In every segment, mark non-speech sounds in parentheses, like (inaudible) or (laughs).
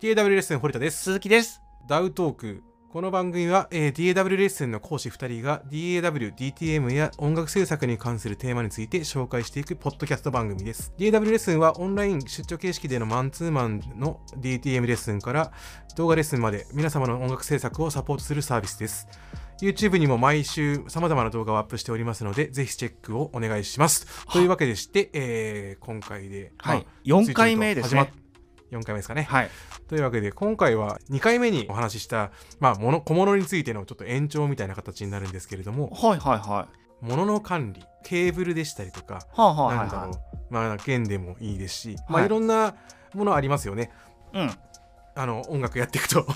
DAW レッスン堀田です。鈴木です。ダウトーク。この番組は、えー DAW レッスンの講師2人が DAW、DTM や音楽制作に関するテーマについて紹介していくポッドキャスト番組です。DAW レッスンはオンライン出張形式でのマンツーマンの DTM レッスンから動画レッスンまで皆様の音楽制作をサポートするサービスです。YouTube にも毎週様々な動画をアップしておりますので、ぜひチェックをお願いします。というわけでして、えー今回で、はまいあ、 4回目ですね。 4回目ですかね。はい。というわけで今回は2回目にお話しした、まあ、もの小物についてのちょっと延長みたいな形になるんですけれどもはいはいはい。物の管理ケーブルでしたりとか、はあはいなはんいだろはうい。、まあ、弦でもいいですし、まはあ、いいろんなものありますよねうん。あの音楽やっていく (laughs) と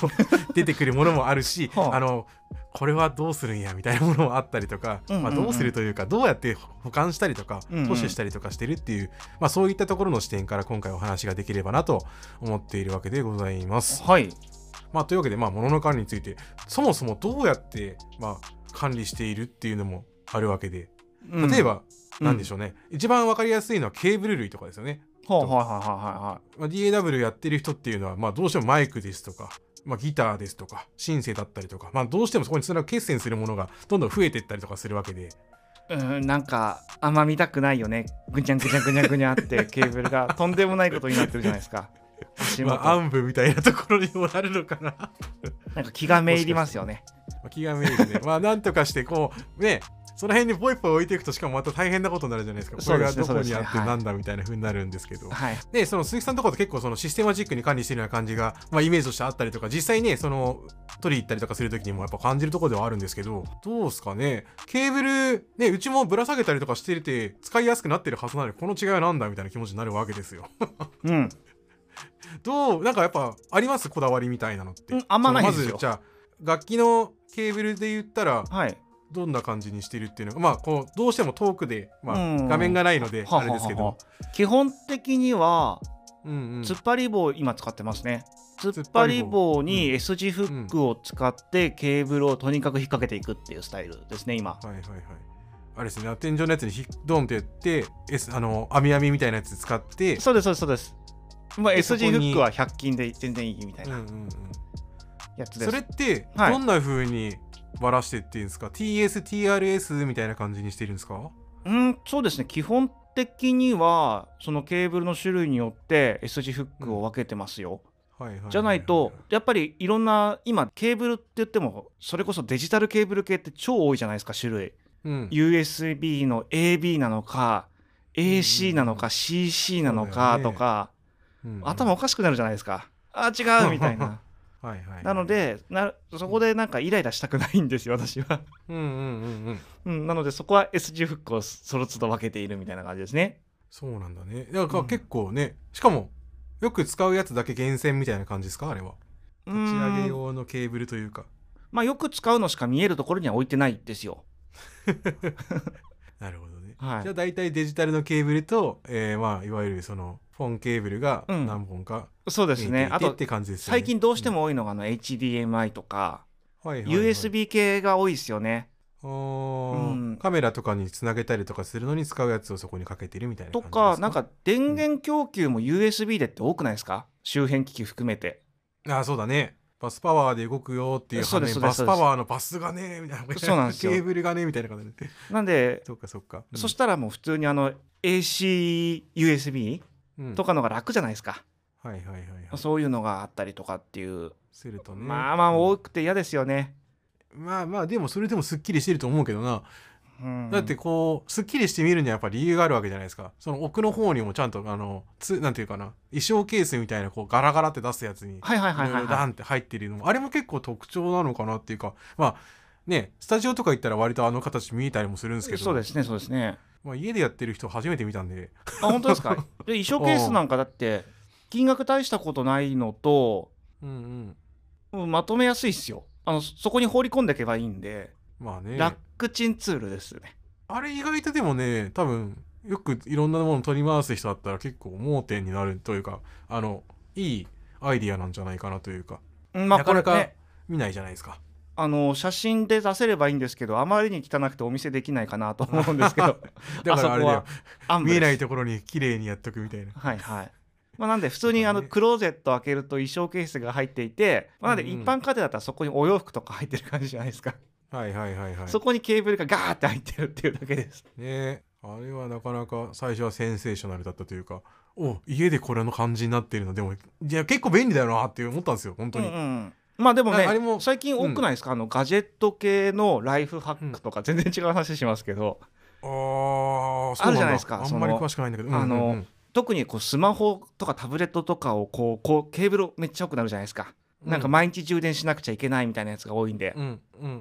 出てくるものもあるし、はああのこれはどうするんやみたいなものもあったりとか、うんうんうんまあ、どうするというかどうやって保管したりとかうんうん保守したりとかしてるっていう、まあ、そういったところの視点から今回お話ができればなと思っているわけでございます。はい。まあ、というわけで、まあ、物の管理についてそもそもどうやって、まあ、管理しているっていうのもあるわけでうん例え、ば、うんなんでしょうね一番わかりやすいのはケーブル類とかですよね、はいはいはまあ、DAW やってる人っていうのは、まあ、どうしてもマイクですとか、まあ、ギターですとかシンセだったりとか、まあ、どうしてもそこにつながる決戦するものがどんどん増えていったりとかするわけでいはいはい。うん、なんか、あんま見たくないよね。ぐにゃんぐにゃんぐにゃんぐにゃん (laughs) ってケーブルがとんでもないことになってるじゃないですか。足ま元あ暗部みたいなところにもなるのかな (laughs) まなんか気がめいりますよね。あ気がめいるねまあなんとかしてこうねその辺にポイポイ置いていくとしかもまた大変なことになるじゃないですかこれがそうでどすねこにあっそうですてねなんだみたいな風になるんですけど、はい。でその鈴木さんのところって結構そのシステマチックに管理してるような感じが、まあ、イメージとしてあったりとか実際ねその取り行ったりとかする時にもやっぱ感じるところではあるんですけどどうですかねケーブルねうちもぶら下げたりとかしてて使いやすくなってるはずなのにこの違いはなんだみたいな気持ちになるわけですよ (laughs) うん。どうなんかやっぱありますこだわりみたいなのって、うんあんまないですよそのまずじゃあ楽器のケーブルで言ったらはい。どんな感じにしてるっていうのがまあこうどうしても遠くで、まあうん画面がないのではあれですけはははど、基本的には、うんうん、突っ張り棒を今使ってますね。突っっ張張りり棒棒に S 字フックを使ってケーブルをとにかく引っ掛けていくっていうスタイルですね、今。はいはいはい。あれですね、天井のやつにひドンってやって、S、あの網網みたいなやつ使って、そうです、そうです、そうです。まあ、で S 字そフこにックは100均で全然いいみたいうんうなんうん、やつです。それってはいどんな風にばらしてっていうんですか、?TS、TRS みたいな感じにしてるんですかうん、そうですね、基本的には、そのケーブルの種類によって S 字フックを分けてますよ。はいはいははじゃないと、やっぱりいろんな、今、ケーブルって言っても、それこそデジタルケーブル系って超多いじゃないですか、種類。うん、 USB の AB なのか、AC なのうか、CC なのそうだよかねとか、うんうん頭おかしくなるじゃないですか。あ、違うみたいな。 (laughs) はいはいはいなの、でな、そこでなんかイライラしたくないんですよ、私は。うんうんうんうん、うん、なのでそこは S 字フックをその都度分けているみたいな感じですね。そうなんだね。だからうん結構ね、しかもよく使うやつだけ厳選みたいな感じですかあれは。う立ち上げん用のケーブルというか。まあよく使うのしか見えるところには置いてないですよ。なるほどね。はいじゃあ大体デジタルのケーブルと、えーまあ、いわゆるそのフォンケーブルがうん何本かそうで見えていすてね。あっとて感じですよね最近どうしても多いのがあの HDMI とかうんはいはいはい USB 系が多いですよね。あーうんカメラとかにつなげたりとかするのに使うやつをそこにかけてるみたいな感とじですかなんか電源供給も USB でって多くないですか周辺機器含めて。あーそうだねバスパワーで動くよっていうそうです反面そうバですスパワーのバスがねみたいなそうなんですよケーブルがねみたいな感じでなんで、そっかそっか、そしたらもう普通にあの ACUSB うんとかのが楽じゃないですか。うんはいはいはいはいそういうのがあったりとかっていう。するとねまあまあ多くて嫌ですよね。まあまあでもそれでもすっきりしてると思うけどなうんだってこうすっきりして見るにはやっぱり理由があるわけじゃないですかその奥の方にもちゃんとあのつなんていうかな衣装ケースみたいなこうガラガラって出すやつにはいはいいはいろはいい、ろダはンって入ってるのもあれも結構特徴なのかなっていうかまあねスタジオとか行ったら割とあの形見えたりもするんですけい。どそうですねそうですね。まあ、家でやってる人初めて見たんであ本当ですか。で衣装ケースなんかだって金額大したことないのとうんうんうんまとめやすいっすよ。あのそこに放り込んでいけばいいんで、まあね楽ちんツールですね。あれ意外とでもね多分よくいろんなもの取り回す人だったら結構盲点になるというかあのいいアイディアなんじゃないかなというか、うんまあなこかれなかね見ないじゃないですか。あの写真で出せればいいんですけどあまりに汚くてお見せできないかな (laughs) と思うんですけどだからあれだよあそこは見えないいところに綺麗にやっとくみたいなはいはいまあ、なんで普通にそあうのだねクローゼット開けると衣装ケースが入っていて、まあ、なんでうんうん一般家庭だったらそこにお洋服とか入ってる感じじゃないですか、はいはいはいはい。そこにケーブルがガーって入ってるっていうだけですねえあれはなかなか最初はセンセーショナルだったというかお家でこれの感じになってるのでもいや結構便利だよなって思ったんですよ本当に、うんうんまあでもねああれも最近多くないですか、あのガジェット系のライフハックとか (laughs) 全然違う話しますけど、ああそうなんだあるじゃないですかあそんのまり詳しくないんだけどあのうんうんうん特にこうスマホとかタブレットとかをこうこうケーブルめっちゃ多くなるじゃないですか、なんか毎日充電しなくちゃいけないみたいなやつが多いんで、うんうん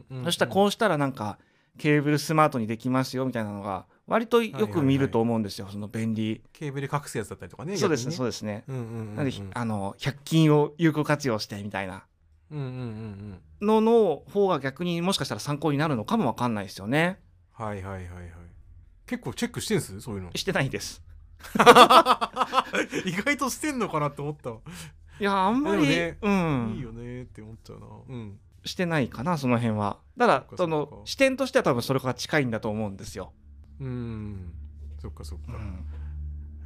うんうんそしたらこうしたらなんかケーブルスマートにできますよみたいなのが割とよく見ると思うんですよ、その便利ケーブル隠すやつだったりとかねそうですね逆そにうですね、うんうんうんうんなんであの100均を有効活用してみたいなうんうんうんうんのの方が逆にもしかしたら参考になるのかもわかんないですよねはいはいはいはい結構チェックしてんすそういう (laughs) のしてないです意外としてんのかなって思ったわ、いやあんまり、でういいんよねって思っちゃうなうんしてないかなその辺はたそだっかそっかその視点としては多分それが近いんだと思うんですよ、うんそっかそっか、うん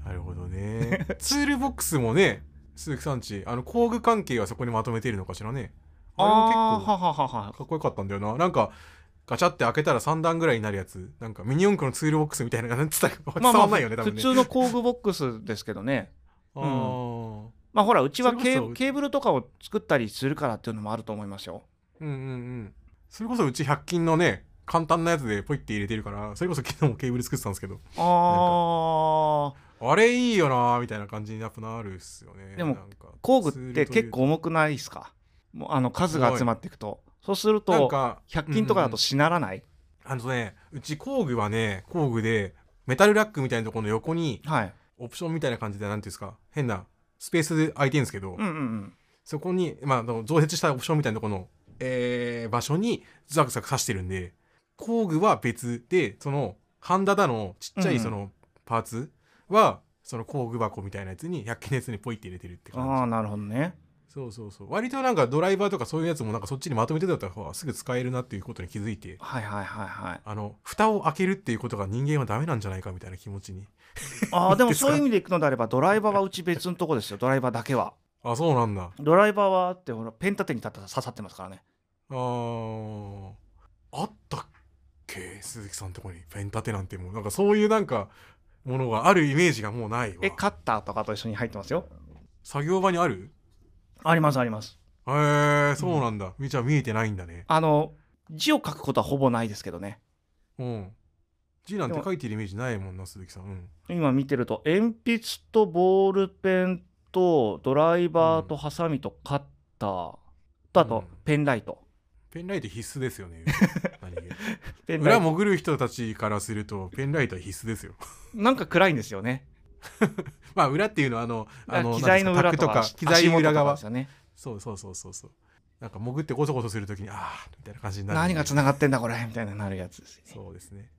なるほど (laughs) ねツールボックスもね鈴木さんちあの工具関係はそこにまとめているのかしらねあれも結あー構ははははかっこよかったんだよななんかガチャって開けたら3段ぐらいになるやつなんかミニ四駆のツールボックスみたいなのがなんつったか伝わんないよね、多普分ね通の工具ボックスですけどねあーまあほらうちはケそれこーそケーブルとかを作ったりするからっていうのもあると思いますようんうんうんそれこそうち100均のね簡単なやつでポイって入れてるからそれこそ昨日もケーブル作ってたんですけどあーあれいいよなーみたいな感じにやっぱなるっすよねでもなんか工具って結構重くないですかもうあの数が集まっていくとそうするなんとか100均とかだとしならない、あのね、うち工具はね、工具で、メタルラックみたいなところの横に、はいオプションみたいな感じで、なんていうんですか、変なスペースで空いてるんですけど、うんうんうんそこに、まああの、増設したオプションみたいなところの、えー、場所にザクザク刺してるんで、工具は別で、その、ハンダだの、ちっちゃうんういんその、パーツは、その工具箱みたいなやつに、100均のやつにポイって入れてるってああ感じ。なるほどねそうそうそう。割となんかドライバーとかそういうやつも、なんかそっちにまとめてた方がすぐ使えるなっていうことに気づいて、はいはいはいはいあの蓋を開けるっていうことが人間はダメなんじゃないかみたいな気持ちにあーでもですかそういう意味でいくのであればドライバーはうち別のとこですよドライバーだけはあそうなんだドライバーはってほらペン立てに立ったら刺さってますからねあーあったっけ鈴木さんとこにペン立てなんてもうなんかそういうなんかものがあるイメージがもうないわえカッターとかと一緒に入ってますよ作業場にあるありますありますへえー、そうなんだ、みーちゃん見えてないんだねあの字を書くことはほぼないですけどねうん字なんて書いてるイメージないもんな鈴木さんうん今見てると鉛筆とボールペンとドライバーとハサミとカッターとあうんとペンライト、ペペンライト必須ですよ (laughs) ね何気にペンライ裏ト潜る人たちからするとペンライトは必須ですよ (laughs) なんか暗いんですよねまあ裏っていうのはあのあの機材の裏となんかですかタックとか機材足元裏とか側ですよねそうそうそうそうそうなんか潜ってゴソゴソするときにああみたいな感じになる何がつながってんだこれみたいななるやつですよねそうですね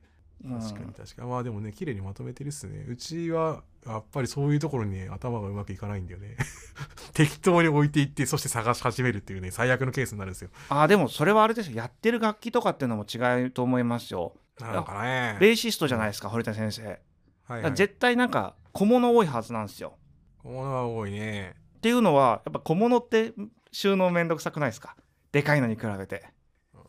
うん確かに確かに、まあでもね綺麗にまとめてるっすねうちはやっぱりそういうところにね頭がうまくいかないんだよね (laughs) 適当に置いていってそして探し始めるっていうね最悪のケースになるんですよあーでもそれはあれですよやってる楽器とかっていうのも違うと思いますよなのかねベーシストじゃないですか堀田先生、はい、はい、絶対なんか小物多いはずなんですよ小物は多いねっていうのはやっぱ小物って収納めんどくさくないですかでかいのに比べて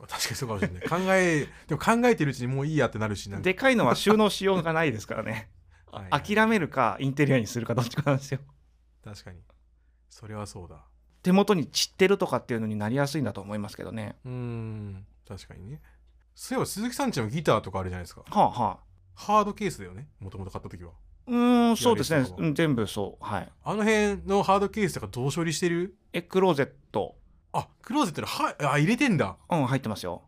確かにそうかもしれない考えでも考えてるうちにもういいやってなるしなんか、でかいのは収納しようがないですからね (laughs) はいはい諦めるかインテリアにするかどっちかなんですよ確かにそれはそうだ手元に散ってるとかっていうのになりやすいんだと思いますけどねうーん確かにねそういえば鈴木さんちのギターとかあるじゃないですかはあはあハードケースだよねもともと買った時はうーんそうですやねりそううん全部そうはいあの辺のハードケースとかどう処理してるえクローゼットあクローゼットにはあ入れてんだうん入ってますよ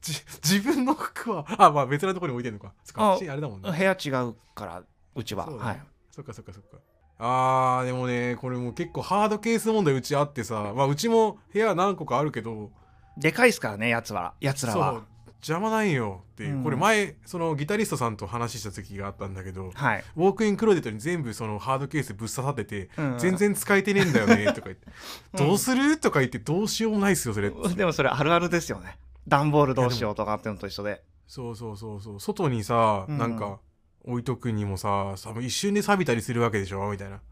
じ自分の服はあまあ別なところに置いてんのかそっかああっちあれだもん部ね屋違うからうちはそうだねはいそっかそっかそっかあーでもねこれもう結構ハードケース問題うちあってさまあうちも部屋何個かあるけどでかいですからねやつはやつらそはう邪魔ないよっていう、うんこれ前そのギタリストさんと話した時があったんだけどはい、ウォークインクローゼットに全部そのハードケースぶっ刺さっててうん全然使えてねえんだよねとか言って、うんどうするとか言ってどうしようもないっすよそれでもそれあるあるですよね段ボールどうしようとかっていうのと一緒でそうそうそうそう外にさ、うんなんか置いとくにもさ多分一瞬で錆びたりするわけでしょみたいな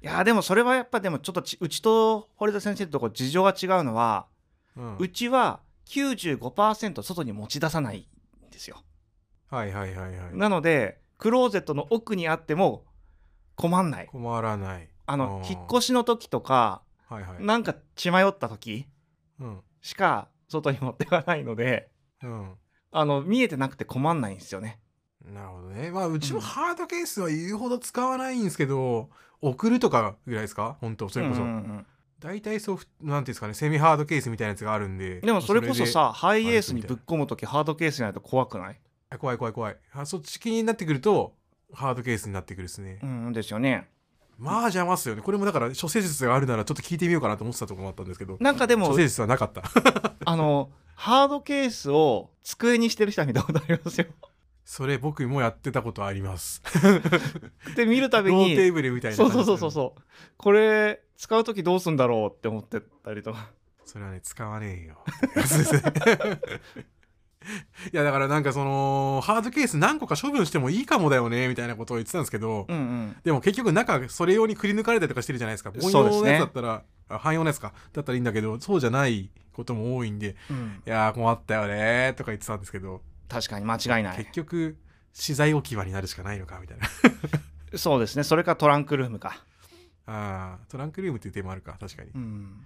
やーでもそれはやっぱでもちょっとちうちと堀田先生のとこ事情が違うのは、うんうちは95%外に持ち出さないんですよ。はいはいはいはいなのでクローゼットの奥にあっても困んない。困らないあのあー引っ越しの時とかはいはいなんか血迷った時うんしか外に持ってかないのでうんあの見えてなくて困んないんですよね。なるほどねまあうちもうんハードケースは言うほど使わないんですけど、送るとかぐらいですか本当それこそ、うんうん大体そうふなんていうんですかねセミハードケースみたいなやつがあるんでうんでもそれこそでさハイエースにぶっ込む時ハードケースになると怖くない、あ怖い怖い怖いあそっち気になってくるとハードケースになってくるですね、うん、ですよね。まあ邪魔っすよねこれもだから諸施術があるならちょっと聞いてみようかなと思ってたところもあったんですけどなんかで諸も施術はなかったあのハードケースを机にしてる人は見たことあります (laughs) よ。それ僕もやってたことあり (laughs) ますで見るたびローテにーブルみたいなそ感うじそうそうそうそうこれ使う時どうすんだろうって思ってたりとか。それはね使わねえよ (laughs) いやだからなんかそのハードケース何個か処分してもいいかもだよねみたいなことを言ってたんですけど、うんうんでも結局中それ用にくり抜かれたりとかしてるじゃないですかですね汎用のやつだったら、あ汎用のやつかだったらいいんだけどそうじゃないことも多いんでうんいやー困ったよねーとか言ってたんですけど、確かに間違いない結局資材置き場になるしかないのかみたいな (laughs) そうですねそれかトランクルームか、あートランクルームっていう手もあるか確かに、うん、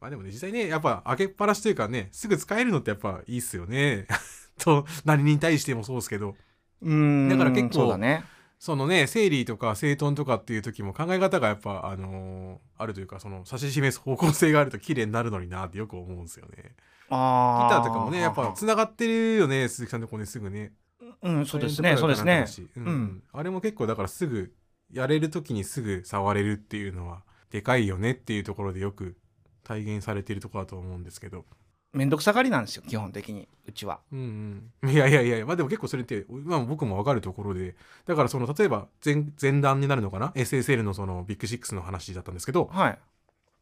まあでもね実際ねやっぱ開けっぱらしというかねすぐ使えるのってやっぱいいっすよね (laughs) と何に対してもそうですけどうんだから結構そうだねそのね整理とか整頓とかっていう時も考え方がやっぱあのーあるというかその指し示す方向性があると綺麗になるのになってよく思うんですよねギあーターとかもねやっぱつながってるよね鈴木さんのとこねすぐねうんそうですねそうですねうんうんあれも結構だからすぐやれる時にすぐ触れるっていうのはでかいよねっていうところでよく体現されているところだと思うんですけどめんどくさがりなんですよ基本的にうちはうんうんいやいやいやまあでも結構それって、まあ、僕も分かるところでだからその例えば前前段になるのかな SSL のそのビッグシックスの話だったんですけどはいあ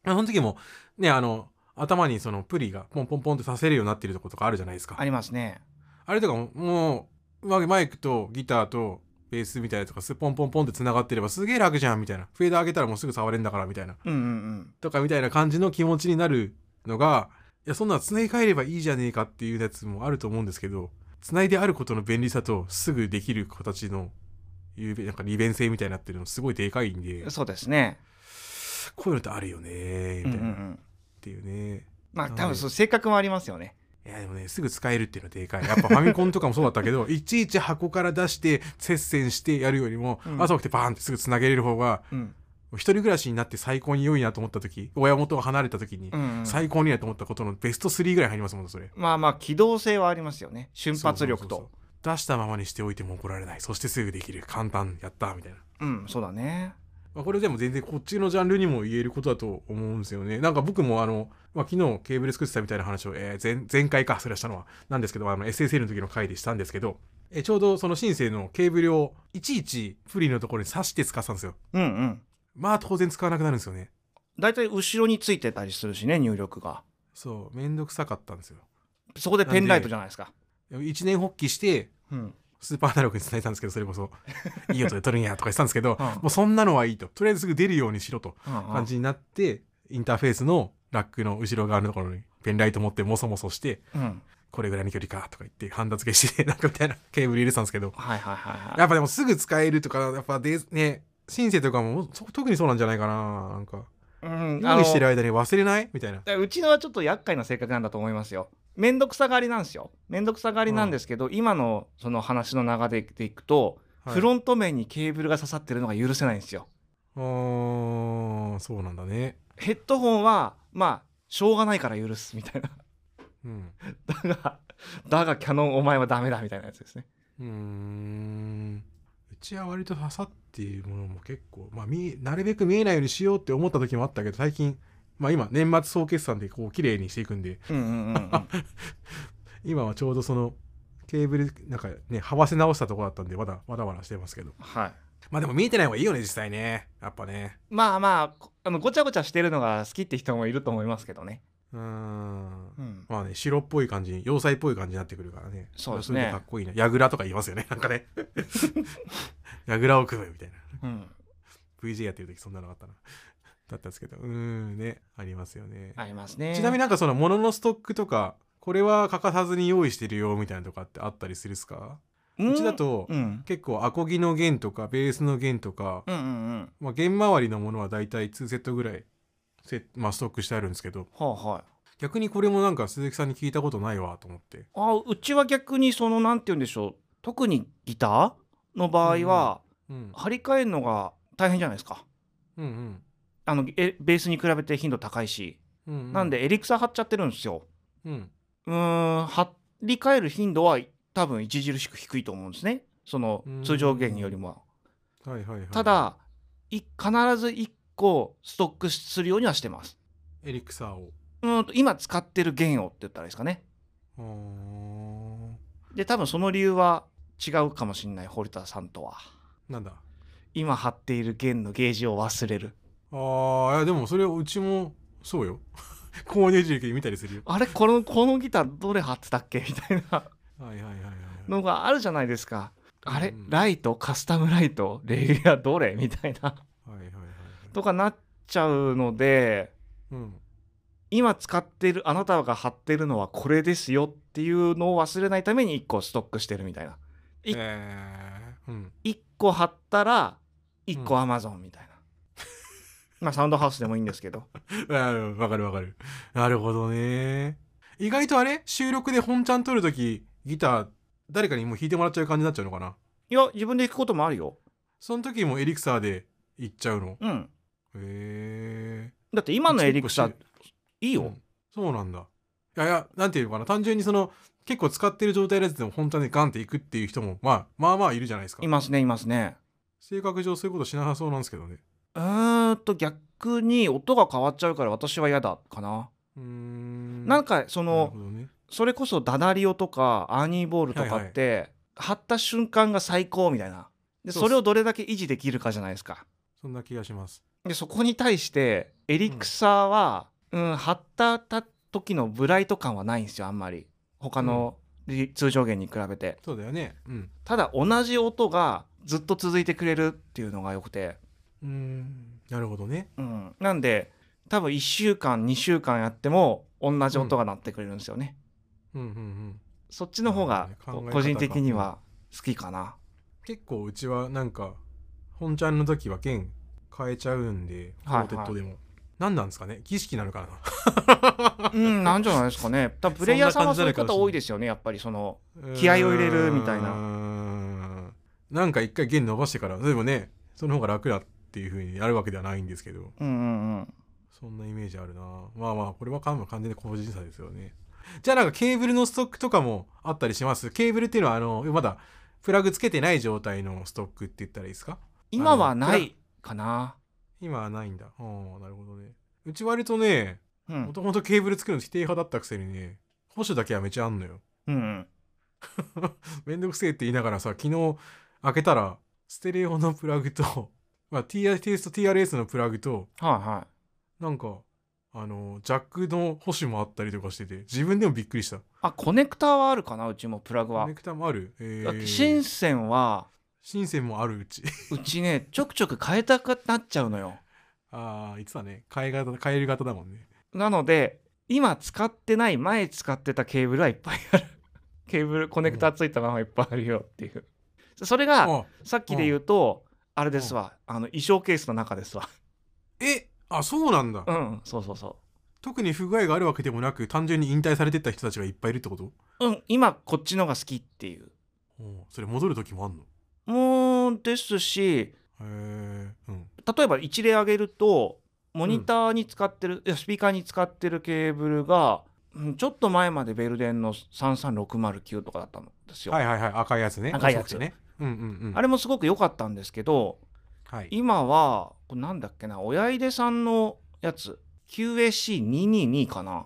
その時もねあの頭にそのプリがポンポンポンってさせるようになってるところとかあるじゃないですかありますねあれとかも、もう、まマイクとギターとベースみたいなとか、すポンポンポンって繋がってればすげえ楽じゃんみたいな。フェーダー上げたらもうすぐ触れんだからみたいな。うんうんとかみたいな感じの気持ちになるのが、いや、そんなの繋い替えればいいじゃねえかっていうやつもあると思うんですけど、繋いであることの便利さとすぐできる形の、ゆうべなんか利便性みたいになってるのすごいでかいんでうん、そうですねこういうのってあるよねみうんたいうんうなっんていうね。まあ多分そう性格もありますよねいやでもねすぐ使えるっていうのはでかいやっぱファミコンとかもそうだったけどいちいち箱から出して接戦してやるよりも、うん朝起きてバーンってすぐつなげれる方がうん一人暮らしになって最高に良いなと思った時親元を離れた時にうんうん最高にいいなと思ったことのベスト3ぐらい入りますもんそれまあまあ機動性はありますよね瞬発力そうそうとそうそう出したままにしておいても怒られないそしてすぐできる簡単やったみたいな、うんそうだねまあ、これでも全然こっちのジャンルにも言えることだと思うんですよねなんか僕もあの、まあ、昨日ケーブル作ってたみたいな話を、えー前前回かそれはしたのはなんですけどあの SSL の時の回でしたんですけどえちょうどそのシンセのケーブルをいちいちプリのところに挿して使ってたんですようんうんまあ当然使わなくなるんですよね大体後ろについてたりするしね入力がそうめんどくさかったんですよそこでペンライトじゃないですか一年発起してうんスーパーアナログに伝えたんですけどそれこそいい音で撮るんやとか言ってたんですけど (laughs) うんもうそんなのはいいととりあえずすぐ出るようにしろと感感じになってインターフェースのラックの後ろ側のところにペンライト持ってモソモソしてうんこれぐらいの距離かとか言ってハンダ付けしてなんかみたいなケーブル入れてたんですけどはいはいはいはやっぱでもすぐ使えるとかやっぱでねシンセとかもそ特にそうなんじゃないかななんかいうんあ用の意してる間に忘れないみたいなうちのはちょっと厄介な性格なんだと思いますよめんどくさがりなんですよめんどくさがりなんですけど、今のその話の流れでいくと、フンロント面にケーブルが刺さってるのが許せないんですよあーそうなんだねヘッドホンはまあしょうがないから許すみたいな (laughs) うんだがだがキャノンお前はダメだみたいなやつですねうーんうちは割と刺さっていうものも結構、まあ、見えなるべく見えないようにしようって思った時もあったけど最近、まあ、今年末総決算でこう綺麗にしていくんでうんうんうんうん今はちょうどそのケーブルなんかねはわせ直したとこだったんでまだわらわらしてますけどはいまあでも見えてない方がいいよね実際ねやっぱね (laughs) まあまあこあのごちゃごちゃしてるのが好きって人もいると思いますけどね、うーんうん、まあね白っぽい感じ要塞っぽい感じになってくるからねそうですねれはれかっこ (laughs) いいな櫓とか言いますよねなんかね櫓を組むみたいな VJ やってる時そんなのあったな (laughs) だったんですけどうーんねありますよね、ありますね。ちなみになんかその物のストックとかこれは欠かさずに用意してるよみたいなとかってあったりするっすか、にうちだ、と、うん、結構アコギの弦とかベースの弦とか、うんうんうん。はまあ、弦周りのものはだいたい2セットぐらいセ、まあ、ストックしてあるんですけどあはい。逆にこれもなんか鈴木さんに聞いたことないわと思ってあうちは逆にそのなんて言うんでしょう特にギターの場合は、うん張り替えるのが大変じゃないですかうんうんあのえベースに比べて頻度高いし、うんうんなんでエリクサ貼っちゃってるんですようんうーん張り替える頻度は多分著しく低いと思うんですねそのうん通常弦よりもはいはいはいただい必ず1個ストックするようにはしてますエリクサーをうーんと今使ってる弦をって言ったらいいですかねあーで多分その理由は違うかもしれない堀田さんとは。なんだ今張っている弦のゲージを忘れるあーいやでもそれうちもそうよ (laughs) 購入時期見たりするよあれこのこのギターどれ張ってたっけみたいなはいはいはいはいはいのがあるじゃないですかあれ、うんライトカスタムライトレギュラーどれみたいなはいはいはいはいとかなっちゃうのでうん今使っているあなたが張ってるのはこれですよっていうのを忘れないために1個ストックしてるみたいないえー、うん1個張ったら1個アマゾンみたいな、まあサウンドハウスでもいいんですけどあーわかるわかる。なるほどね。意外とあれ収録で本ちゃん撮るとき、ギター、誰かにもう弾いてもらっちゃう感じになっちゃうのかないや自分で弾くこともあるよその時もエリクサーで行っちゃうの。うんへえ。だって今のエリクサうーちい一個しいよ、うんそうなんだ。いやいや、なんていうのかな。単純にその、結構使ってる状態のやつでも本ちゃんでガンっていくっていう人も、まあ、まあまあいるじゃないですかい。ますねいますね性格上そういうことしなさそうなんですけどね。うーんと逆に音が変わっちゃうから私は嫌だかな、うーん。なんかそなるのほどね。それこそダダリオとかアーニーボールとかって、貼った瞬間が最高みたいなでそうっすそれをどれだけ維持できるかじゃないですかそんな気がします。でそこに対してエリクサーは、うん貼った時のブライト感はないんですよあんまり他のリ通常弦に比べてそうだよね。うん。ただ同じ音がずっと続いてくれるっていうのが良くてうーん。なるほどね。うん、なんで多分1週間2週間やっても同じ音が鳴ってくれるんですよね、うんうんうん。そっちの方がそうね考え方が個人的には好き (laughs) かな結構うちはなんか本ちゃんの時は弦変えちゃうんでコはいはいーテッドでも、何なんですかね儀式なのかなうんなんじゃないですかね多分プレイヤーさんはそういそんな感じになうるかもしれな方い多いですよねやっぱりその (laughs) 気合を入れるみたいなうーんなんか一回弦伸ばしてからでもねその方が楽だっていう風にやるわけではないんですけどうんうんうんそんなイメージあるなまあまあこれは完全に個人差ですよねじゃあなんかケーブルのストックとかもあったりしますケーブルっていうのはあのまだプラグつけてない状態のストックって言ったらいいですか今はないかな今はないんだああなるほどねうち割とねうもんともとケーブル作るの否定派だったくせにね、保守だけはめちゃあんのよ。うんうんめんどくせえって言いながらさ、昨日開けたら、ステレオのプラグと、 (laughs) まあ、TRS と TRS のプラグと、はいはなんか、あの、ジャックの保守もあったりとかしてて、自分でもびっくりした。いあコネクターはあるかなうちもプラグコはネクタもある。えー、深センは新鮮もあるうち。 (laughs) うちねちょくちょく変えたくなっちゃうのよああ、いつだね。変え型、変える型だもんね。なので今使ってない前使ってたケーブルはいっぱいある (laughs) ケーブルコネクターついたままいっぱいあるよっていうそれがあさっきで言うとあれですわあの衣装ケースの中ですわえあ、そうなんだ。うんそうそうそ特に不具合があるわけでもなく、単純に引退されてった人たちがいっぱいいるってことううん今こっちのが好きっていうおうそれ戻る時もあんのもうですしへえ。うん。例えば一例挙げるとモニターに使ってる、いやスピーカーに使ってるケーブルがうんちょっと前までベルデンの33609とかだったんですよ、はいはいはい赤いやつね赤いやつ細くてねうんうんうんあれもすごく良かったんですけどはい今はこれなんだっけな親出さんのやつ QAC222 かな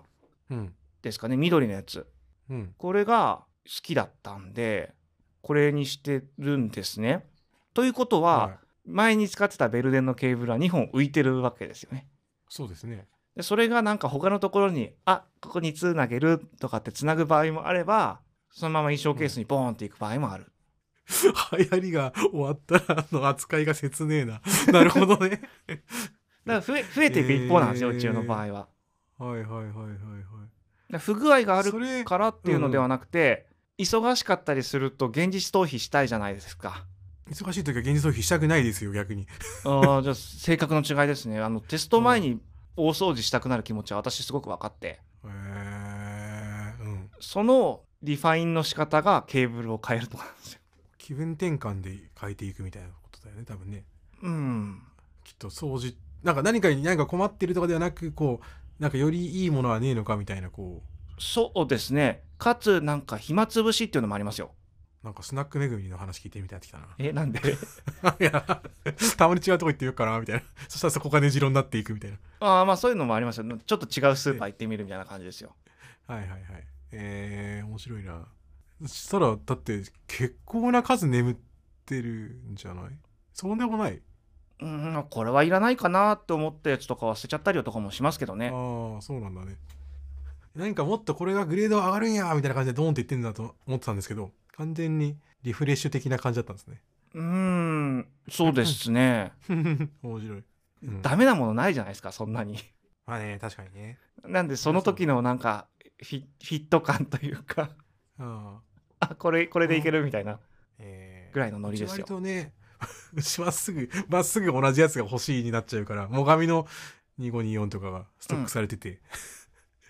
うんですかね緑のやつうんこれが好きだったんでこれにしてるんですね。ということは、はい前に使ってたベルデンのケーブルは2本浮いてるわけですよね。そうですねでそれがなんか他のところにあここにつなげるとかってつなぐ場合もあればそのまま衣装ケースにボーンっていく場合もある。流行りが終わったらの扱いが切ねえな。 (laughs) なるほどね。だから増え増えていく一方なんですよ、へー宇宙の場合は。だかはいはいはいはいはい。ら不具合があるそれからっていうのではなくて、忙しかったりすると現実逃避したいじゃないですか。忙しい時は現実逃避したくないですよ、逆に。ああじゃあ性格の違いですねあのテスト前に大掃除したくなる気持ちは私すごく分かってへえうん。そのリファインの仕方がケーブルを変えるとかなんですよ気分転換で変えていくみたいなことだよね、多分ね。うんきっと掃除、なんか何かに何か困ってるとかではなく、こう、なんかよりいいものはねえのかみたいな、こそうですねかつなんか暇つぶしっていうのもありますよう、なんかスナックめぐみの話聞いてみたいになってきたな。えなんで (laughs) (laughs) いや、たまに違うとこ行ってみようかな、みたい (laughs) な。そしたらそこがねじろになっていくみたいな。ああまあそういうのもありますよちょっと違うスーパー行ってみるみたいな感じですよはいはいはい。えー、面白いな。そしたら、だって、結構な数眠ってるんじゃないそうでもない。うんこれはいらないかなと思ったやつとかは捨てちゃったりとかもしますけどねああ、そうなんだね。何かもっとこれがグレード上がるんやみたいな感じでドーンって言ってんだと思ってたんですけど、完全にリフレッシュ的な感じだったんです (laughs) ね。うんそうですね面白い。うんダメなものないじゃないですかそんなにまあね、確かにね。なんでその時のなんかフィフィット感というかああ、あこれこれでいけるみたいなえーぐらいのノリですうち割よ。とね、 (laughs) うちまっすぐ、まっすぐ同じやつが欲しいになっちゃうから、最上の2524とかがストックされてて、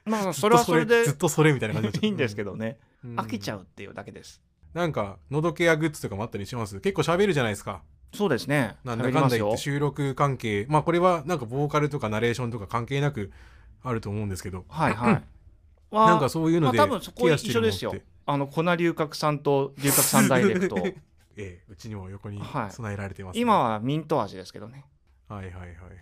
まあずっそとれはそれでずっとそれみたいな感じになっちゃういいんですけどね、うん飽きちゃうっていうだけです。なんか、のどけやグッズとかもあったりします結構喋るじゃないですか。そうですね。なんだかんだ喋り言っまてすよ収録関係、まあこれはなんかボーカルとかナレーションとか関係なくあると思うんですけど、は (laughs) いはい。はなんかそういうのでまあ多分そこケアして一緒るのでっすよて。。。あの粉龍角散と龍角散ダイレクト (laughs) ええ、うちにも横にはい備えられてます、ね今はミント味ですけどね。はいはいはいはいはい。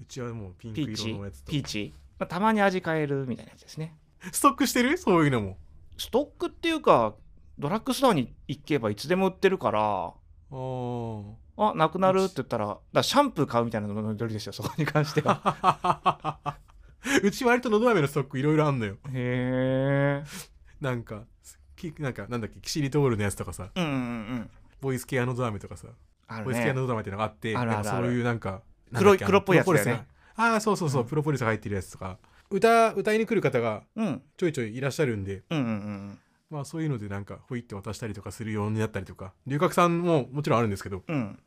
うちはもうピンクピーチ色のやつ、とピー。チ。まあ、たまに味変えるみたいなやつですね。ストックしてるそういうのも。ストックっていうかドラッグストアに行けばいつでも売ってるから。ああなくなるって言ったらだからシャンプー買うみたいなのりですよそこに関し (laughs) てはあ。 (laughs) うち割とのど飴のストックいろいろあんのよ。へえなんか、きなんかなんだっけ、キシリトールのやつとかさ、うんうんうんボイスケアのど飴とかさ、あボるイスケアねのど飴っていうのがあって、あるあなるんかそういうなんか、な黒いんだっけ黒っぽいやつだよね。あのプロポリスがああ、そうそうそう、うんプロポリスが入ってるやつとか。歌、歌いに来る方がうんうんちょいちょいいらっしゃるんで、うんうんまあそういうのでなんか、ほいって渡したりとかするようになったりとか、龍角さんももちろんあるんですけど、うん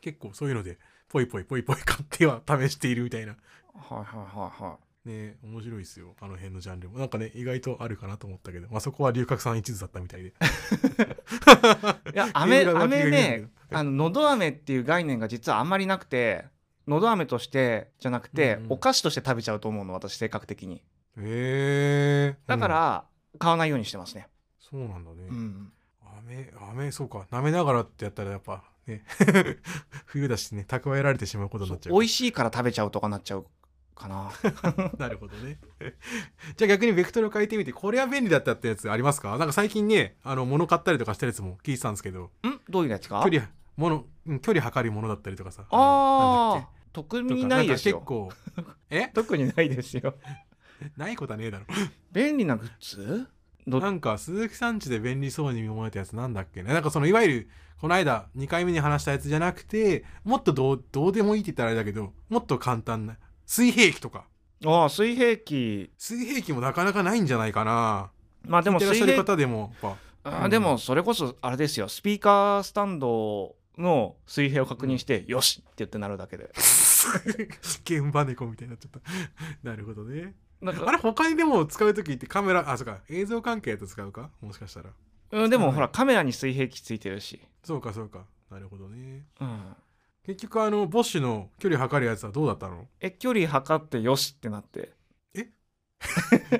結構そういうので、ぽいぽいぽいぽい (laughs) 買っては試しているみたいな。はいはいはいはいね面白いですよ。あの辺のジャンルも。なんかね、意外とあるかなと思ったけど、まあそこは龍角さん一途だったみたいで。映画は (laughs) いや飴気が飴緩んでるねあののど飴っていう概念が実はあんまりなくてのど飴としてじゃなくて、うんうんお菓子として食べちゃうと思うの私性格的にへえー。だかうん、ら、買わないようにしてますねそうなんだね。うん飴、飴、そうか。舐めながらってやったらやっぱね、 (laughs) 冬だしね、蓄えられてしまうことにそなうっちゃう美味しいから食べちゃうとかなっちゃうか (laughs) ななるほどね。 (laughs) じゃあ逆にベクトルを変えてみて、これは便利だったってやつありますかなんか最近ね、あの、物買ったりとかしたやつも聞いてたんですけど、んどういうやつか距離、物、うん距離測るものだったりとかさ。のなんだあっあ特けとにかないですんよか結構、え特にないですよ (laughs) ないことはねえだろ。便利なグッズどなんか鈴木さんちで便利そうに思えたやつなんだっけねなんかそのいわゆるこの間2回目に話したやつじゃなくてもっとどうどうでもいいって言ったらあれだけどもっと簡単な水平器とかああ水平器水平器もなかなかないんじゃないかなまあででももらっ水しゃる平方でもやっあうーんでもそれこそあれですよスピーカースタンドの水平を確認して、よしって言ってなるだけでぱ (laughs) 現場猫みたいになっちゃった (laughs) なるほどねなんあかれ他にでも使う時ってカメラあそうか映像関係と使うかもしかしたらうんでもはいほらカメラに水平器ついてるし、そうかそうかなるほどねうん、結局あのボッシュの距離測るやつはどうだったのえ距離測ってよしってなって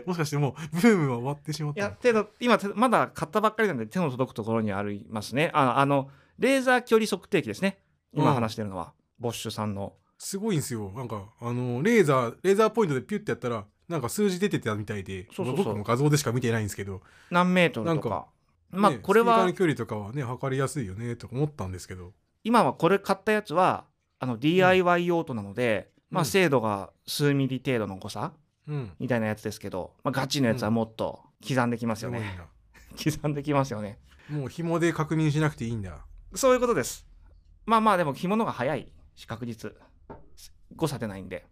もしかしてもうブームは終わってしまっいたやの手の今手まだ買ったばっかりなんで手の届くところにありますねああのレーザー距離測定器ですねう今ん話してるのは、ボッシュさんのすごいんですよなんかあのレーザーレーザーポイントでピュッてやったらなんか数字出てたみたいでそうそうそう僕も画像でしか見てないんですけど何メートルとかなんかまあねこれスはピーカーの距離とかはね測りやすいよねとか思ったんですけど今はこれ買ったやつはあの DIY 用途なので、うんまあ精度が数ミリ程度の誤差うんみた (laughs) いなやつですけど、まあ、ガチのやつはもっと刻んできますすよごいね、な刻んできますよねもう紐で確認しなくていいんだ。そういうことです。まあまあでも着物が早いし確実誤差出ないんで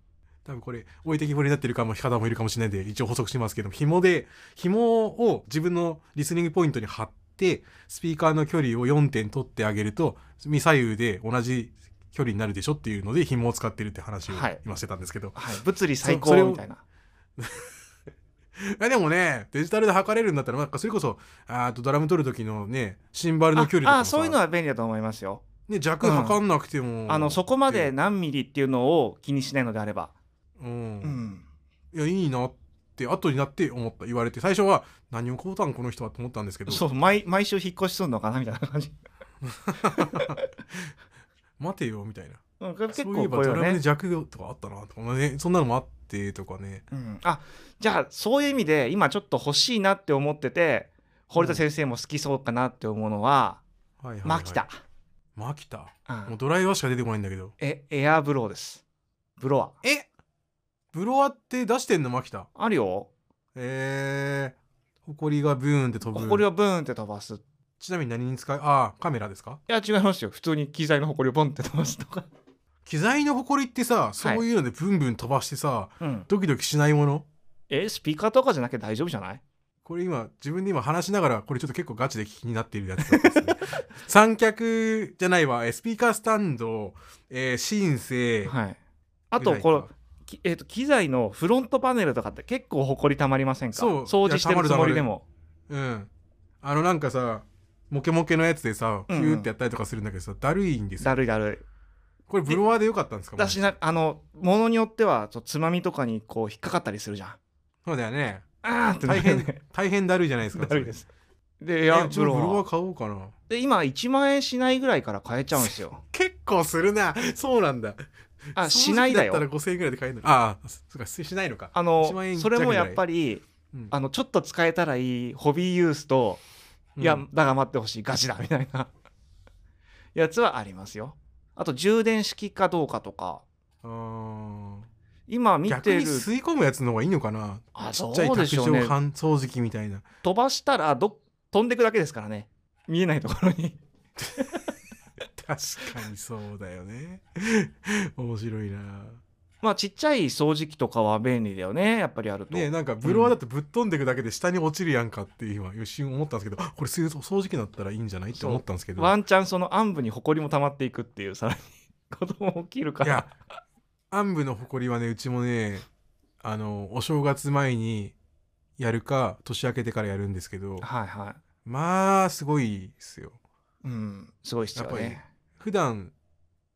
多分これ置いてきぼりになってるかも方もいるかもしれないんで一応補足しますけども紐で紐を自分のリスニングポイントに貼ってスピーカーの距離を4点取ってあげると未左右で同じ距離になるでしょっていうので紐を使ってるって話をはい今してたんですけど、はい、物理最そそれ高をみたいな。いやでもねデジタルで測れるんだったらなんかそれこそあーとドラム取る時のねシンバルの距離とあかあもさそういうのは便利だと思いますよ。ね、弱測んなくても、あのそこまで何ミリっていうのを気にしないのであれば。うんうん、いやいいなって後になって思った言われて最初は何を買うたんこの人はと思ったんですけどそう毎毎週引っ越しするのかなみたいな感じ。待てよみたいな (laughs) うんこれ結そうい構えこばれドはラムでね。弱語とかあったなとかねそんなのもあってとかねうん、あじゃあそういう意味で今ちょっと欲しいなって思ってて堀田先生も好きそうかなって思うのは、はいはい、はい、マキタ、マキタうんもうドライバーしか出てこないんだけどえエアブローですブロえブロワって出してんのマキタアあるよえー、ほこりがブーンって飛ぶ埃をブーンって飛ばすいちなみに何に使うああカメラですかや違いますよ普通に機材の埃をボンって飛ばすとか、機材のほこりってさそういうのでブンブン飛ばしてさ、うん、ドキドキしないものえスピーカーとかじゃなきゃ大丈夫じゃないこれ今自分で今話しながらこれちょっと結構ガチで気になっているやつなんですね (laughs) 三脚じゃないわえースピーカースタンド、えー、シンセはいあとこの、きえー、と機材のフロントパネルとかって結構埃たまりませんかそう掃除してるつもりでもうん。あのなんかさ、モケモケのやつでさ、ヒうんうんューってやったりとかするんだけどさ、だるいんですよ。だるいだるこれブロワーでよかったんですかいだしもなあのものによってはそうつまみとかにこう引っかかったりするじゃんうそうだよ (laughs) ね。あーってな大るよ変ね、大変だるいじゃないですか。 (laughs) だるいですでそエれ。えアうちブもロブロワーー買おうかな。で今1万円しないぐらいから買えちゃうんです (laughs) よ結構するな。そうなんだ。そあしのな時いだったらよ5000円ぐらいで買えるの。ああ、そっか、しないのか。あの1万円それもやっぱりうんあのちょっと使えたらいいホビーユースと、うんいやだが待ってほしいガチだみたいなやつはありますよあと充電式かどうかとかあー今見逆てにる吸い込むやつの方がいいのかな。あちそっちゃいうで卓しょ上うね乾燥機みたいな。 (laughs) 飛ばしたらど飛んでくだけですからね見えないところに確かにそうだよね。 (laughs) 面白いな。 (laughs) まあちっちゃい掃除機とかは便利だよねやっぱりあると、ねえなんかブロワーだってぶっ飛んでくだけで下に落ちるやんかって今一瞬思ったんですけどこれ水掃除機だったらいいんじゃないって思ったんですけどワンチャンその暗部に埃も溜まっていくっていうさらに子供起きるかいらや暗部の埃はねうちもねあのお正月前にやるか年明けてからやるんですけどはいはまあすごいですよいうんすごい必要やっぱね普段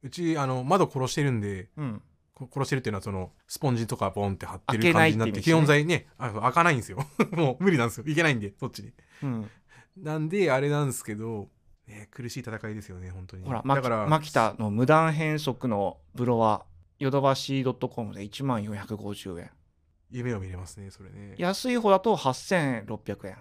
うちあの窓殺してるんでうんこ殺してるっていうのはそのスポンジとかボンって貼って開るけな感いじになってって意味で気すね温材ねあ開かないんですよ (laughs) もう無理なんですよいけないんでそっちにうんなんであれなんですけど、ね、苦しい戦いですよね本当にほら、マだキからマキタの無断変則のブロワー、ヨドバシ .com で1万450円。夢を見れますねそれね安い方だと8600円。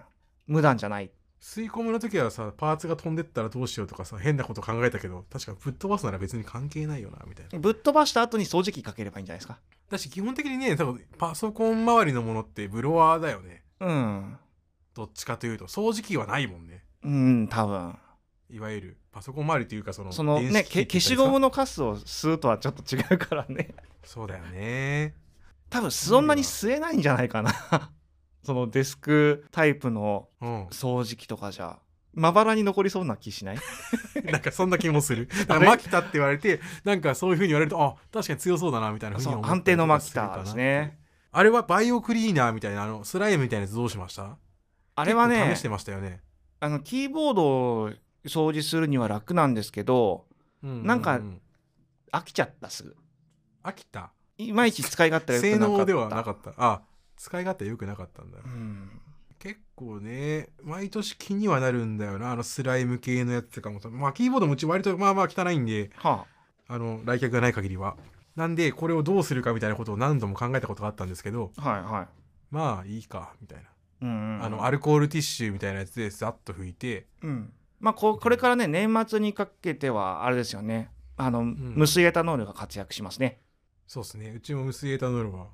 無断じゃない。吸い込むの時はさパーツが飛んでったらどうしようとかさ変なこと考えたけど確かぶっ飛ばすなら別に関係ないよなみたいなぶっ飛ばした後に掃除機かければいいんじゃないですか。だし基本的にね多分パソコン周りのものってブロワーだよねうん。どっちかというと掃除機はないもんねうん、多分。いわゆるパソコン周りというかそのその電ね、子け機器消しって言ゴったムりさのカスを吸うとはちょっと違うからね。 (laughs) そうだよね多分、そんなに吸えないんじゃないかな。 (laughs) そのデスクタイプのうん掃除機とかじゃ。まばらに残りそうな気 (laughs) しないなんかそんな気もする (laughs) あなれんかマキタって言われてなんかそういうふうに言われるとあ確かに強そうだなみたいなふうにそ思う、ったり安とか定のマキタでするかなすね。あれはバイオクリーナーみたいなあのスライムみたいなやつどうしましたああれはね試し、てましたよね、あのキーボードを掃除するには楽なんですけどうううなんか飽きちゃったすぐ飽きたいまいち使い勝手が性良くなかった能ではなかったあ使い勝手良くなかったんだうん結構ね毎年気にはなるんだよなあのスライム系のやつとかもまあキーボードもうち割とまあまあ汚いんではあの来客がない限りはなんでこれをどうするかみたいなことを何度も考えたことがあったんですけどあはいはいまあいいかみたいなうんうんあのアルコールティッシュみたいなやつでザッと拭いてうんまあここれからね年末にかけてはあれですよねあの、無水エタノールが活躍しますねそうですねうちも無水エタノールは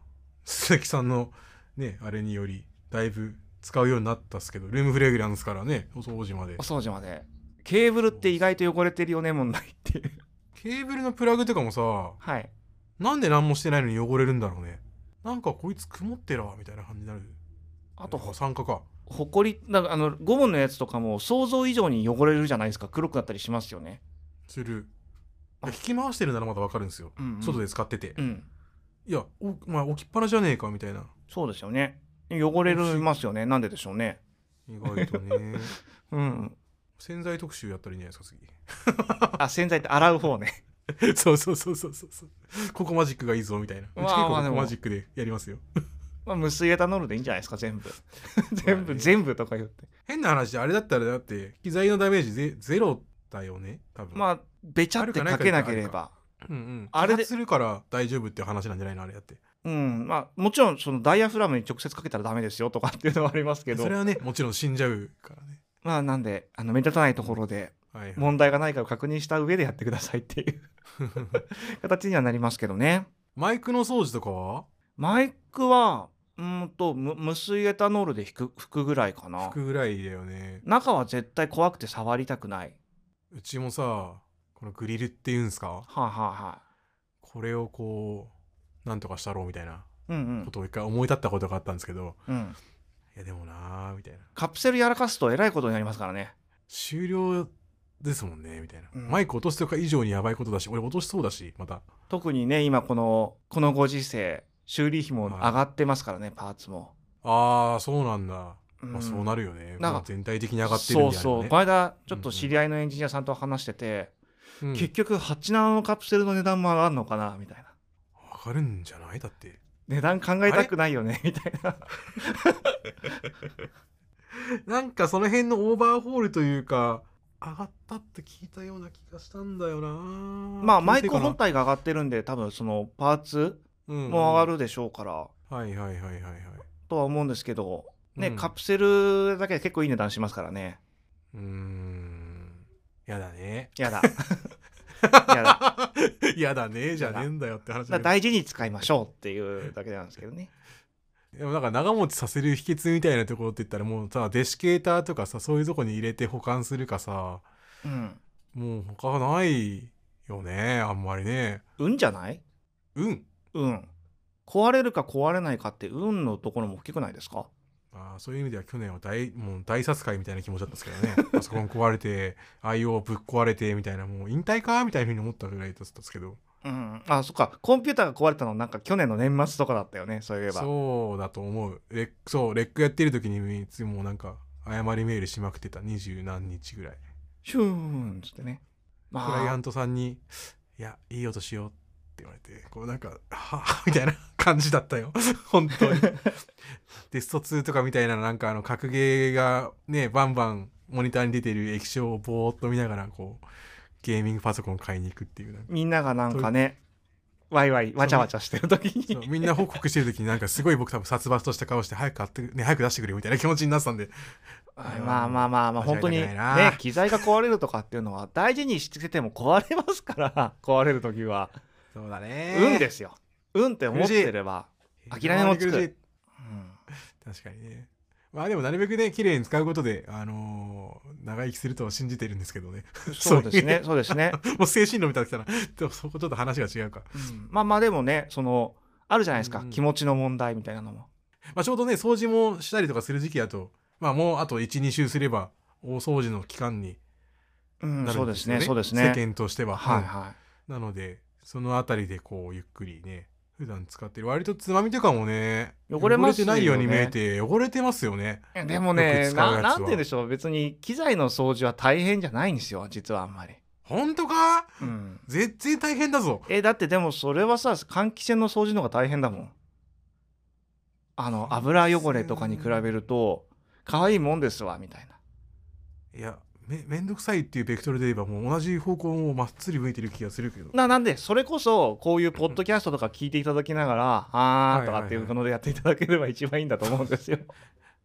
鈴木さんのねあれによりだいぶ使うようになったっすけどルームフレグランスからねお掃除までお掃除までケーブルって意外と汚れてるよね問題っていう (laughs) ケーブルのプラグとかもさはいなんで何もしてないのに汚れるんだろうねなんかこいつ曇ってらみたいな感じになるあとほ酸化かほこりなんかあのゴムのやつとかも想像以上に汚れるじゃないですか黒くなったりしますよね、するいあや引き回してるならまだわかるんですよ、うんうん外で使ってて、うんいやおまあ置きっぱなじゃねえかみたいなそうですよね汚れるますよねなんででしょうね意外と (laughs) ねうん洗剤特集やったらいいんじゃないですか次あ洗剤って洗う方ね (laughs) そうそうそうそうそうそう。ここマジックがいいぞみたいな。うちまあ結構まあでここもマジックでやりますよ。まあ無水エタノールでいいんじゃないですか全部 (laughs) 全部、まあね全部とか言って変な話であれだったらだって機材のダメージゼゼロだよね多分。まあべちゃってかけなければうんうん。ああれれででするから大丈夫っていう話なんじゃないのあれだって。うんまあもちろんそのダイヤフラムに直接かけたらダメですよとかっていうのはありますけどそれはねもちろん死んじゃうからね。まあなんであの目立たないところではい、はい。問題がないかを確認した上でやってくださいっていう形にはなりますけどね (laughs) マイクの掃除とかはマイクはうーんと無無水エタノールで拭く拭くぐらいかな拭くぐらいだよね。中は絶対怖くて触りたくない。うちもさこのグリルっていうんすかはいはこれをこうなんとかしたろうみたいないはい。うんうこんとを一回思い立ったことがあったんですけど、うん。いやでもなーみたいな。カプセルやらかすとえらいことになりますからね。終了ですもんねみたいな、うんマイク落とすとか以上にやばいことだし俺落としそうだしまた特にね、今この、このご時世、修理費も上がってますからね、パーツも。ああそうなんだ、うんまあ、そうなるよね、なんかまあ全体的に上がってるみたいな、ね、そうそう。この間、ちょっと知り合いのエンジニアさんと話してて、うん結局、8ナノのカプセルの値段も上がるのかな、みたいな。上がるんじゃないだって値段考えたくないよね、みたいな。なんかその辺のオーバーホールというか上がったって聞いたような気がしたんだよな (laughs) まあ、マイク本も体が上がってるんで、多分そのパーツも上がるでしょうから、はいはいはいはいはいとは思うんですけど、ね、うんカプセルだけで結構いい値段しますからね。うーんやだねや (laughs) だ。やだ。 (laughs) やだねじゃねえんだよって話だかだらけど大事に使いましょうっていうだけなんですけどね。でもなんか長持ちさせる秘訣みたいなところって言ったらもうさデシケーターとかさそういうとこに入れて保管するかさうん。もう他ないよねあんまりね運じゃないうん運。壊れるか壊れないかって運のところも大きくないですかあーそういう意味では去年は大もう大殺界みたいな気持ちだったんですけど (laughs) ねパソコン壊れて IO ぶっ壊れてみたいなもう引退かみたいなふうに思ったぐらいだったんですけどうん。あ、そっか。コンピューターが壊れたのなんか去年の年末とかだったよね。そういえば。そうだと思うレックそうレックやってる時にいつもなんか謝りメールしまくってた二十何日ぐらいシューンっつってね。クライアまあン、トさんに「いやいい音しよう」って言われてこうなんか「はあ」 (laughs) みたいな感じだったよ (laughs) 本当 (laughs) にテスト2とかみたいななんかあの格ゲーがねバンバンモニターに出てる液晶をぼーっと見ながらこうゲーミングパソコン買いに行くっていうなんかみんながなんかね、ワイワイ、わちゃわちゃしてる時そうに。みんな報告してる時になんかすごい僕多分殺伐とした顔して早く買ってね早く出してくれよみたいな気持ちになってたんでまあまあまあまあ、本当に間違いないなね、機材が壊れるとかっていうのは大事にしてても壊れますから、 (laughs) 壊れる時は。そうだね運ですよ。運って思ってれば。諦めもつくうん確かにね。まあでもなるべくね、綺麗に使うことで、あのー長生きするとは信じてるんですけどね。 (laughs) そうですね、そそうですね。ういう。もう精神論みたいになってきたら、でもそこちょっと話が違うか。うんまあまあでもね、その、あるじゃないですか、うん気持ちの問題みたいなのも。まあちょうどね、掃除もしたりとかする時期だと、まあもうあと1、2週すれば、大掃除の期間にうん、なそるうんでですすよね、ね。そうですね。世間としては。はいうんはなので、そのあたりでこう、ゆっくりね、普段使ってる。割とつまみとかもね、汚れますよね汚てないように見えて、汚れてますよね。い。でもよねく、使うやつなはなんて言うんでしょう、別に機材の掃除は大変じゃないんですよ、実はあんまり。ほんとかうん、絶対大変だぞ。え、だってでもそれはさ、換気扇の掃除の方が大変だもん。あの、油汚れとかに比べると、可愛いもんですわ、みたいな。いやめめんどくさいっていうベクトルで言えばもう同じ方向をまっすぐ向いてる気がするけどななんでそれこそこういうポッドキャストとか聞いていただきながら「あはー」いとはいはいかっていうのでやっていただければ一番いいんだと思 (laughs) うんですよ。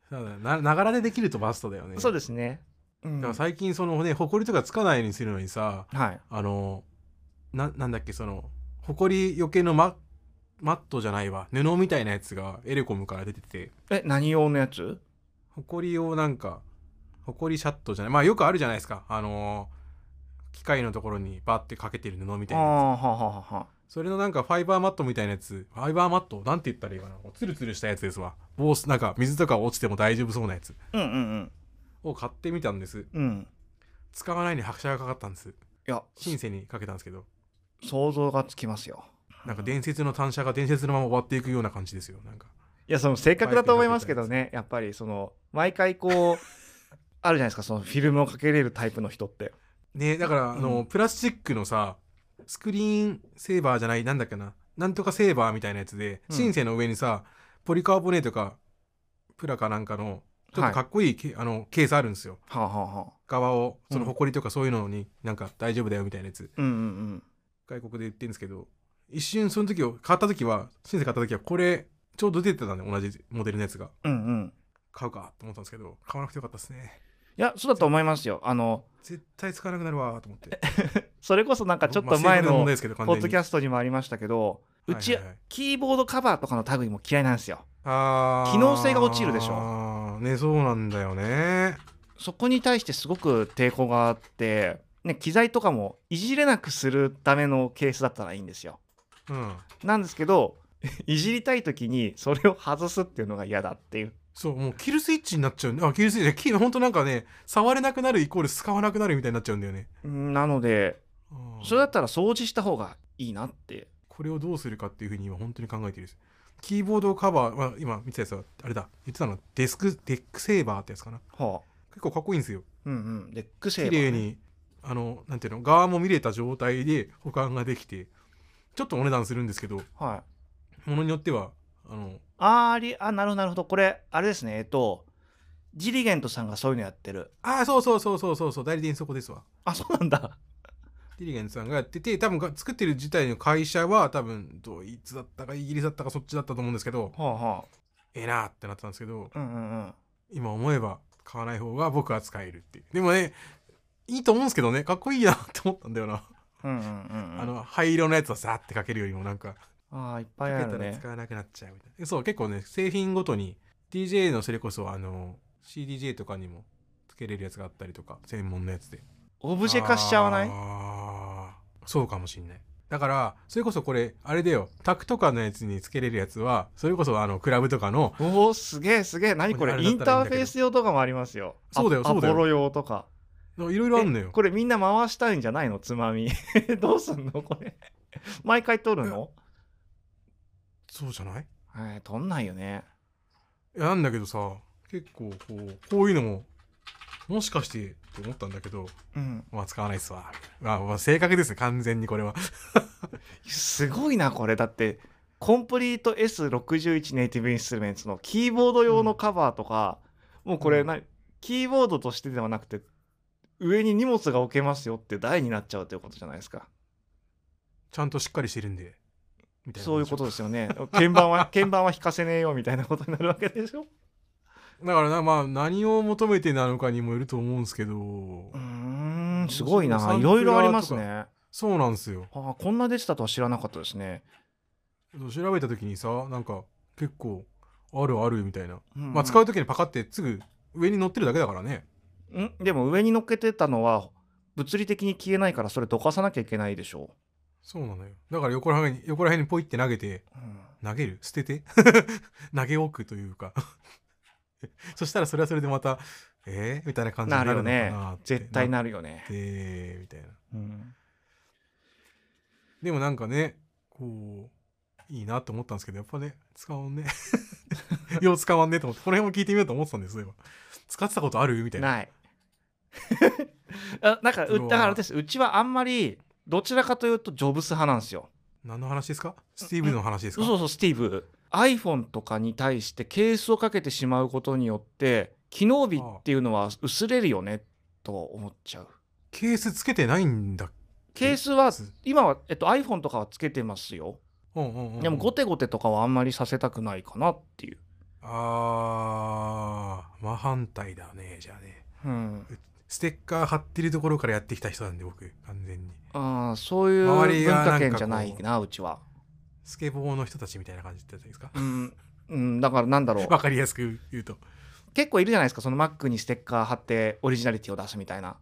ただなながらでできるとバストだよねそうですね。うだんかはら最近そのねほこりとかつかないようにするのにさい。あのななんだっけそのほこりよけのママットじゃないわ布みたいなやつがエレコムから出ててえ何用のやつ埃をなんか埃シャットじゃないまあよくあるじゃないですかあのー機械のところにバッてかけてる布みあたいーはなやあはあはあはあつそれのなんかファイバーマットみたいなやつファイバーマットなんて言ったらいいかなツルツルしたやつですわ防水なんか水とか落ちても大丈夫そうなやつうんうんを買ってみたんですうんうん使わないに拍車がかかったんですいやシンセにかけたんですけど想像がつきますよなんか伝説の単車が伝説のまま終わっていくような感じですよなんかいやその正確だと思いますけどねやっぱりその毎回こう (laughs) あるじゃないですかそのフィルムをかけれるタイプの人ってねだから、うんあのプラスチックのさスクリーンセーバーじゃないなんだっけななんとかセーバーみたいなやつで、うんシンセの上にさポリカーボネートかプラかなんかのちょっとはいかっこいいけ、あのケースあるんですよはあはあはあ側をそのうん埃とかそういうのになんか大丈夫だよみたいなやつ、うんうん外国で言ってるんですけど一瞬その時を買った時はシンセ買った時はこれちょうど出てたんで同じモデルのやつがうんうんうん買うかと思ったんですけど買わなくてよかったですねいやそうだと思いますよあの絶対使わなくなるわと思 (laughs) ってそれこそなんかちょっまとあ性前格問の題ですけど完全ポッにドキャストにもありましたけどうちはいはいはいキーボードカバーとかの類も嫌いなんですよあー機能性が落ちるでしょあーねそうなんだよねそこに対してすごく抵抗があって、ね、機材とかもいじれなくするためのケースだったらいいんですようんなんですけど (laughs) いじりたい時にそれを外すっていうのが嫌だっていうそうもうキルスイッチになっちゃうねあキルスイッチキほんとなんかね触れなくなるイコール使わなくなるみたいになっちゃうんだよねうんなのでうんそれだったら掃除した方がいいなってこれをどうするかっていうふうに今本当に考えてるんですキーボードカバー、まあ、今見てたやつはあれだ言ってたのはデスクデックセーバーってやつかなはあ結構かっこいいんですようんうんでクセ綺麗にあのなんていうの側も見れた状態で保管ができてちょっとお値段するんですけどはいものによってはあのあーありあなるほどなるほどこれあれですねえっとジリゲントさんがそういうのやってるああそうそうそうそうそうそう代理店そこですわあそうなんだディリゲントさんがやってて多分が作ってる自体の会社は多分ドイツだったかイギリスだったかそっちだったと思うんですけどはあはええなーってなったんですけどあうんうんうん今思えば買わない方が僕は使えるっていうでもねいいと思うんですけどねかっこいいなって思ったんだよな、うんうんうんうんあの灰色のやつをさーってかけるよりもなんかあーいっかぱいあけたるらね使わなくなっちゃうみたいなそう結構ね製品ごとに DJ のそれこそあの CDJ とかにもつけれるやつがあったりとか専門のやつでオブジェ化しちゃわないあーそうかもしんないだからそれこそこれあれだよタクとかのやつにつけれるやつはそれこそあのクラブとかのおおすげえすげえ何こあれれだイっンたらいいんだターけどフェース用とかもありますよそうだよあそうだよアポロ用とかいろいろあんのえよこれみんな回したいんじゃないのつまみ (laughs) どうすんのこれ毎回取るのそうじゃないえー取んないよねいやなんだけどさ結構こうこういうのももしかしてって思ったんだけどうんまあ使わないっすわ、まあ、まあ正確ですね完全にこれはすごいなこれだってコンプリート S61 ネイティブインストゥルメンツのキーボード用のカバーとか、もうこうれんな、キーボードとしてではなくて上に荷物が置けますよって台になっちゃうということじゃないですかちゃんとしっかりしてるんでみたいなそういうことですよね鍵盤は (laughs) 鍵盤は引かせねえよみたいなことになるわけでしょだからなまあ何を求めてなのかにもよると思うんですけどうーんすごいサンプなラーいろいろありますねあそうなんですよーこんな出てたとは知らなかったですね、調べた時にさなんか結構あるあるみたいなうんまあ使う時にパカってすぐ上に乗ってるだけだからねんでも上に乗っけてたのは物理的に消えないからそれどかさなきゃいけないでしょそうなのよだから横ら辺に横ら辺にポイって投げてう、うん投げる捨て (laughs) て投げ置くというか (laughs) そしたらそれはそれでまたえー、みたいな感じにななるるよのかなねって絶対なっなるよね、てみたいなうんでもなんかねこういいなと思ったんですけどやっぱね使わんね (laughs) よう使わんねと思ってこの辺も聞いてみようと思ってたんですよ使ってたことあるみたいなない (laughs) あなんかそれうはだからあれですうちはあんまりどちらかというとジョブス派なんですよ何の話ですかスティーブの話ですかそうそうスティーブ iPhone とかに対してケースをかけてしまうことによって機能美っていうのは薄れるよねと思っちゃうケースつけてないんだケースはつ今は、えっと、iPhone とかはつけてますようんうんうんでもゴテゴテとかはあんまりさせたくないかなっていう、あー真反対だねじゃあねうん、ステッカー貼ってるところからやってきた人なんで僕完全にあーそういう周り文がなんかこう化圏じゃないなうちは、スケボーの人たちみたいな感じってやったらいいですかうんうん、だからなんだろうわかりやすく言うと結構いるじゃないですかその Mac にステッカー貼ってオリジナリティを出すみたいな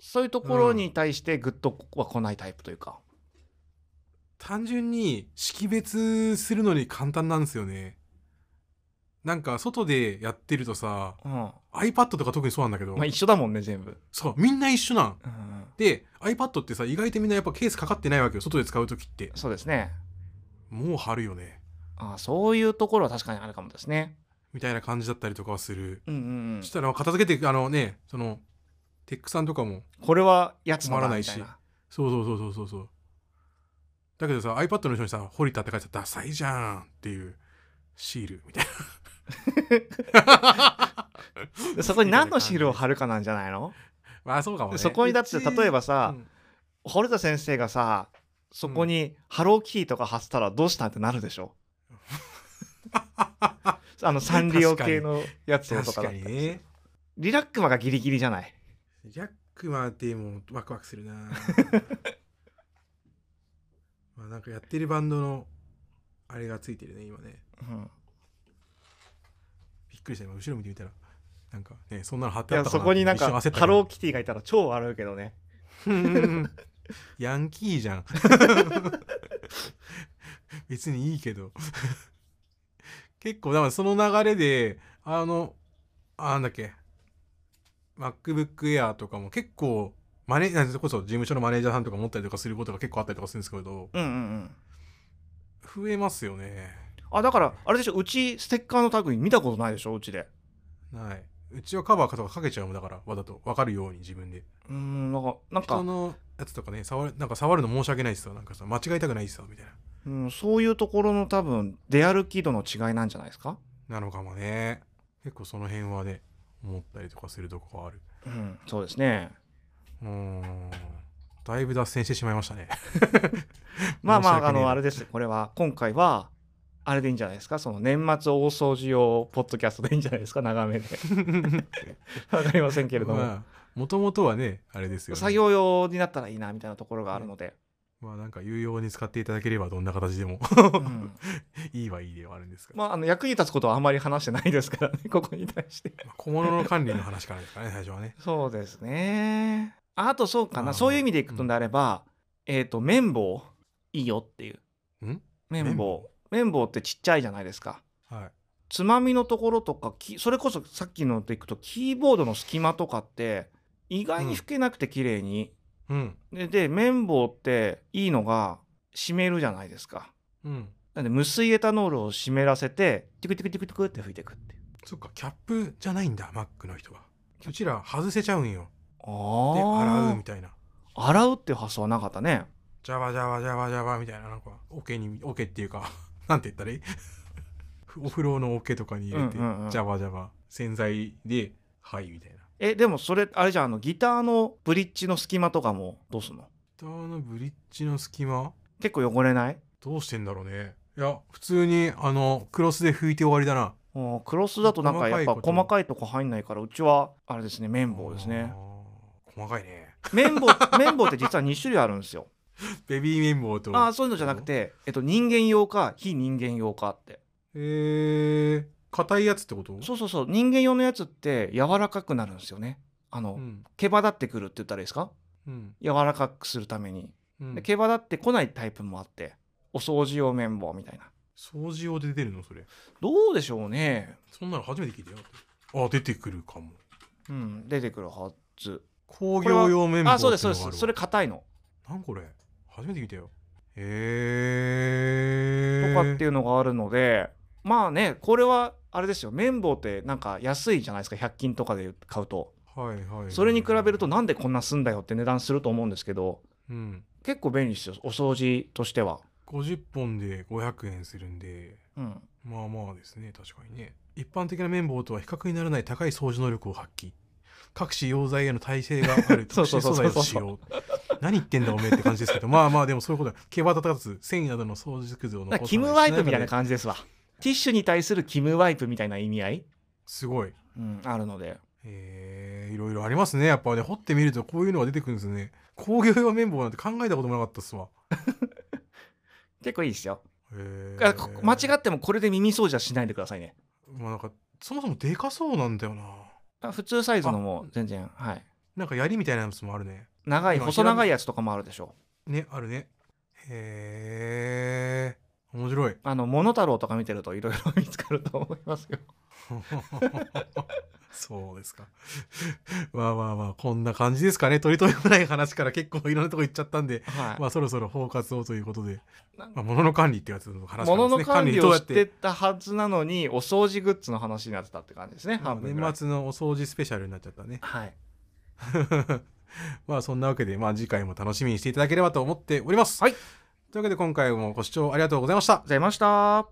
そういうところに対してグッとは来ないタイプというか、単純に識別するのに簡単なんですよねなんか外でやってるとさうん iPad とか特にそうなんだけど、まあ、一緒だもんね全部、そうみんな一緒なんうん、で iPad ってさ意外とみんなやっぱケースかかってないわけよ外で使う時ってそうですねもう貼るよねああそういうところは確かにあるかもですねみたいな感じだったりとかはするうんうんうんそしたら片付けてあのねそのテックさんとかもこれはやつの困らだないみしたいなそうそうそうそうそうそうだけどさ iPad の人にさ「堀田」って書いてたらダサいじゃんっていうシールみたいなでそこに何のシールを貼るかなんじゃないの (laughs) まあそうかもねそこにだって例えばさうん堀田先生がさそこにハローキーとか貼ったらどうしたんってなるで (laughs) しょあのサンリオ系のやつをと確かだかったらにねリラックマがギリギリじゃないジャックマンでもワクワクする (laughs) なまあなんかやってるバンドのあれがついてるね今ねうんびっくりした今後ろ見てみたらなんかねそんなの貼っいてあっやたそこになんか一瞬焦ったけどハローキティがいたら超笑うけどねヤンキーじゃん。別にいいけど。結構、だからその流れで、あの、あなんだっけ、MacBook Air とかも結構、マネなんそれこそ事務所のマネージャーさんとか持ったりとかすることが結構あったりとかするんですけど、うんうんうん増えますよね。あだからあれでしょうちステッカーの類見たことないでしょうちではい。うちはカバーとかかけちゃうもんだから、わざと。わかるように自分で。うんなんかなん人か、のやつとかね、触る、なんか触るの申し訳ないっすよ。なんかさ、間違えたくないっすよ、みたいな。うん、そういうところの多分出歩き度の違いなんじゃないですかなのかもね結構その辺はね思ったりとかするとこがあるうんそうですねうーんだいぶ脱線してしまいましたねまあ申ましあ、あ訳ねえの、なあれです。これは、今回は、あれでいいんじゃないですか。その年末大掃除用ポッドキャストでいいんじゃないですか。(laughs) 長めで。わかりませんけれども。まあもともとはねあれですよ、ね、作業用になったらいいなみたいなところがあるので、まあなんか有用に使っていただければどんな形で (laughs) もうんいいはいいではあるんですが、まああの役に立つことはあまり話してないですからね (laughs) ここに対してまあ小物の管理の話からですかね最初はねそうですねああとそうかあなーそういう意味でいくとであれば、えっ、と綿棒いいよっていうん綿棒綿棒ってちっちゃいじゃないですかはいつまみのところとかきそれこそさっきのでいくとキーボードの隙間とかって意外に拭けなくて綺麗に、うんでで綿棒っていいのが湿めるじゃないですかうんなんで無水エタノールを湿らせてティクティクティクティクって拭いていくっていうそっかキャップじゃないんだ Mac の人はうちら外せちゃうんよあでー洗うみたいな洗うっていう発想はなかったねジャバジャバジャバジャバみたいな、なんか、桶に、桶っていうか、 (laughs) なんて言ったらいいお風呂の桶とかに入れて、うんうんうんジャバジャバ、洗剤で、はい、みたいな。えでもそれあれじゃんあのギターのブリッジの隙間とかもどうすんの下のブリッジの隙間、結構汚れないどうしてんだろうね。いや、普通に、あの、クロスで拭いて終わりだな。うんクロスだとなんかやっぱ細かいこと細かいとこ入んないからうちはあれですね綿棒ですねあー。細かいね。 (laughs) 綿棒 (laughs) 綿棒って実は2種類あるんですよベビー綿棒と。ああそういうのじゃなくて、えっと、人間用か非人間用かってえー、硬いやつってことそうそうそう人間用のやつって柔らかくなるんですよねあの、うん。毛羽立ってくるって言ったらいいですかうん。柔らかくするために、うんで。毛羽立ってこないタイプもあってお掃除用綿棒みたいな掃除用で出るのそれ。どうでしょうねそんなの初めて聞いたよ。あ、出てくるかも。うん出てくるはず工業用綿棒あってそいうのがあるですそうでわすそれ硬いのなんこれ初めて見たよへとえかっていうのがあるのでまあねこれはあれですよ綿棒ってなんか安いじゃないですか100均とかで買うとはいはいはいそれに比べると、なんでこんなすんだよって値段すると思うんですけどうん、結構便利ですよお掃除としては、 50本で500円するんでうん、まあまあですね確かにね一般的な綿棒とは比較にならない高い掃除能力を発揮各種溶剤への耐性がある (laughs) そ特うそ殊うそ素う材そうを使用何言ってんだおめえって感じですけどまあまあでもそういうことだ毛羽立たず繊維などの掃除くずを残ださなからいキムワイプみたしないながら感じですわティッシュに対するキムワイプみたいな意味合い、すごいうん、あるのでえー、いろいろありますねやっぱね掘ってみるとこういうのが出てくるんですね工業用綿棒なんて考えたこともなかったっすわ結構いいですよ、へーあこ間違ってもこれで耳掃除はしないでくださいねまあなんかそもそもでかそうなんだよなあ普通サイズのも全然はいなんか槍みたいなやつもあるね長い今細長いやつとかもあるでしょねあるねへえ面白い (laughs) あの「モノタロウ」とか見てるといろいろ見つかると思いますよそうですか (laughs) まあまあまあこんな感じですかね取り留めもない話から結構いろんなとこ行っちゃったんではい、まあそろそろ包括をということでなん、まあ、物の管理ってやつの話から物ですのね管理どうをやしってたはずなのにお掃除グッズの話になってたって感じですね半分ぐらい年末のお掃除スペシャルになっちゃったね (laughs) はいまあそんなわけで、まあ、次回も楽しみにしていただければと思っております、はいというわけで今回もご視聴ありがとうございましたございました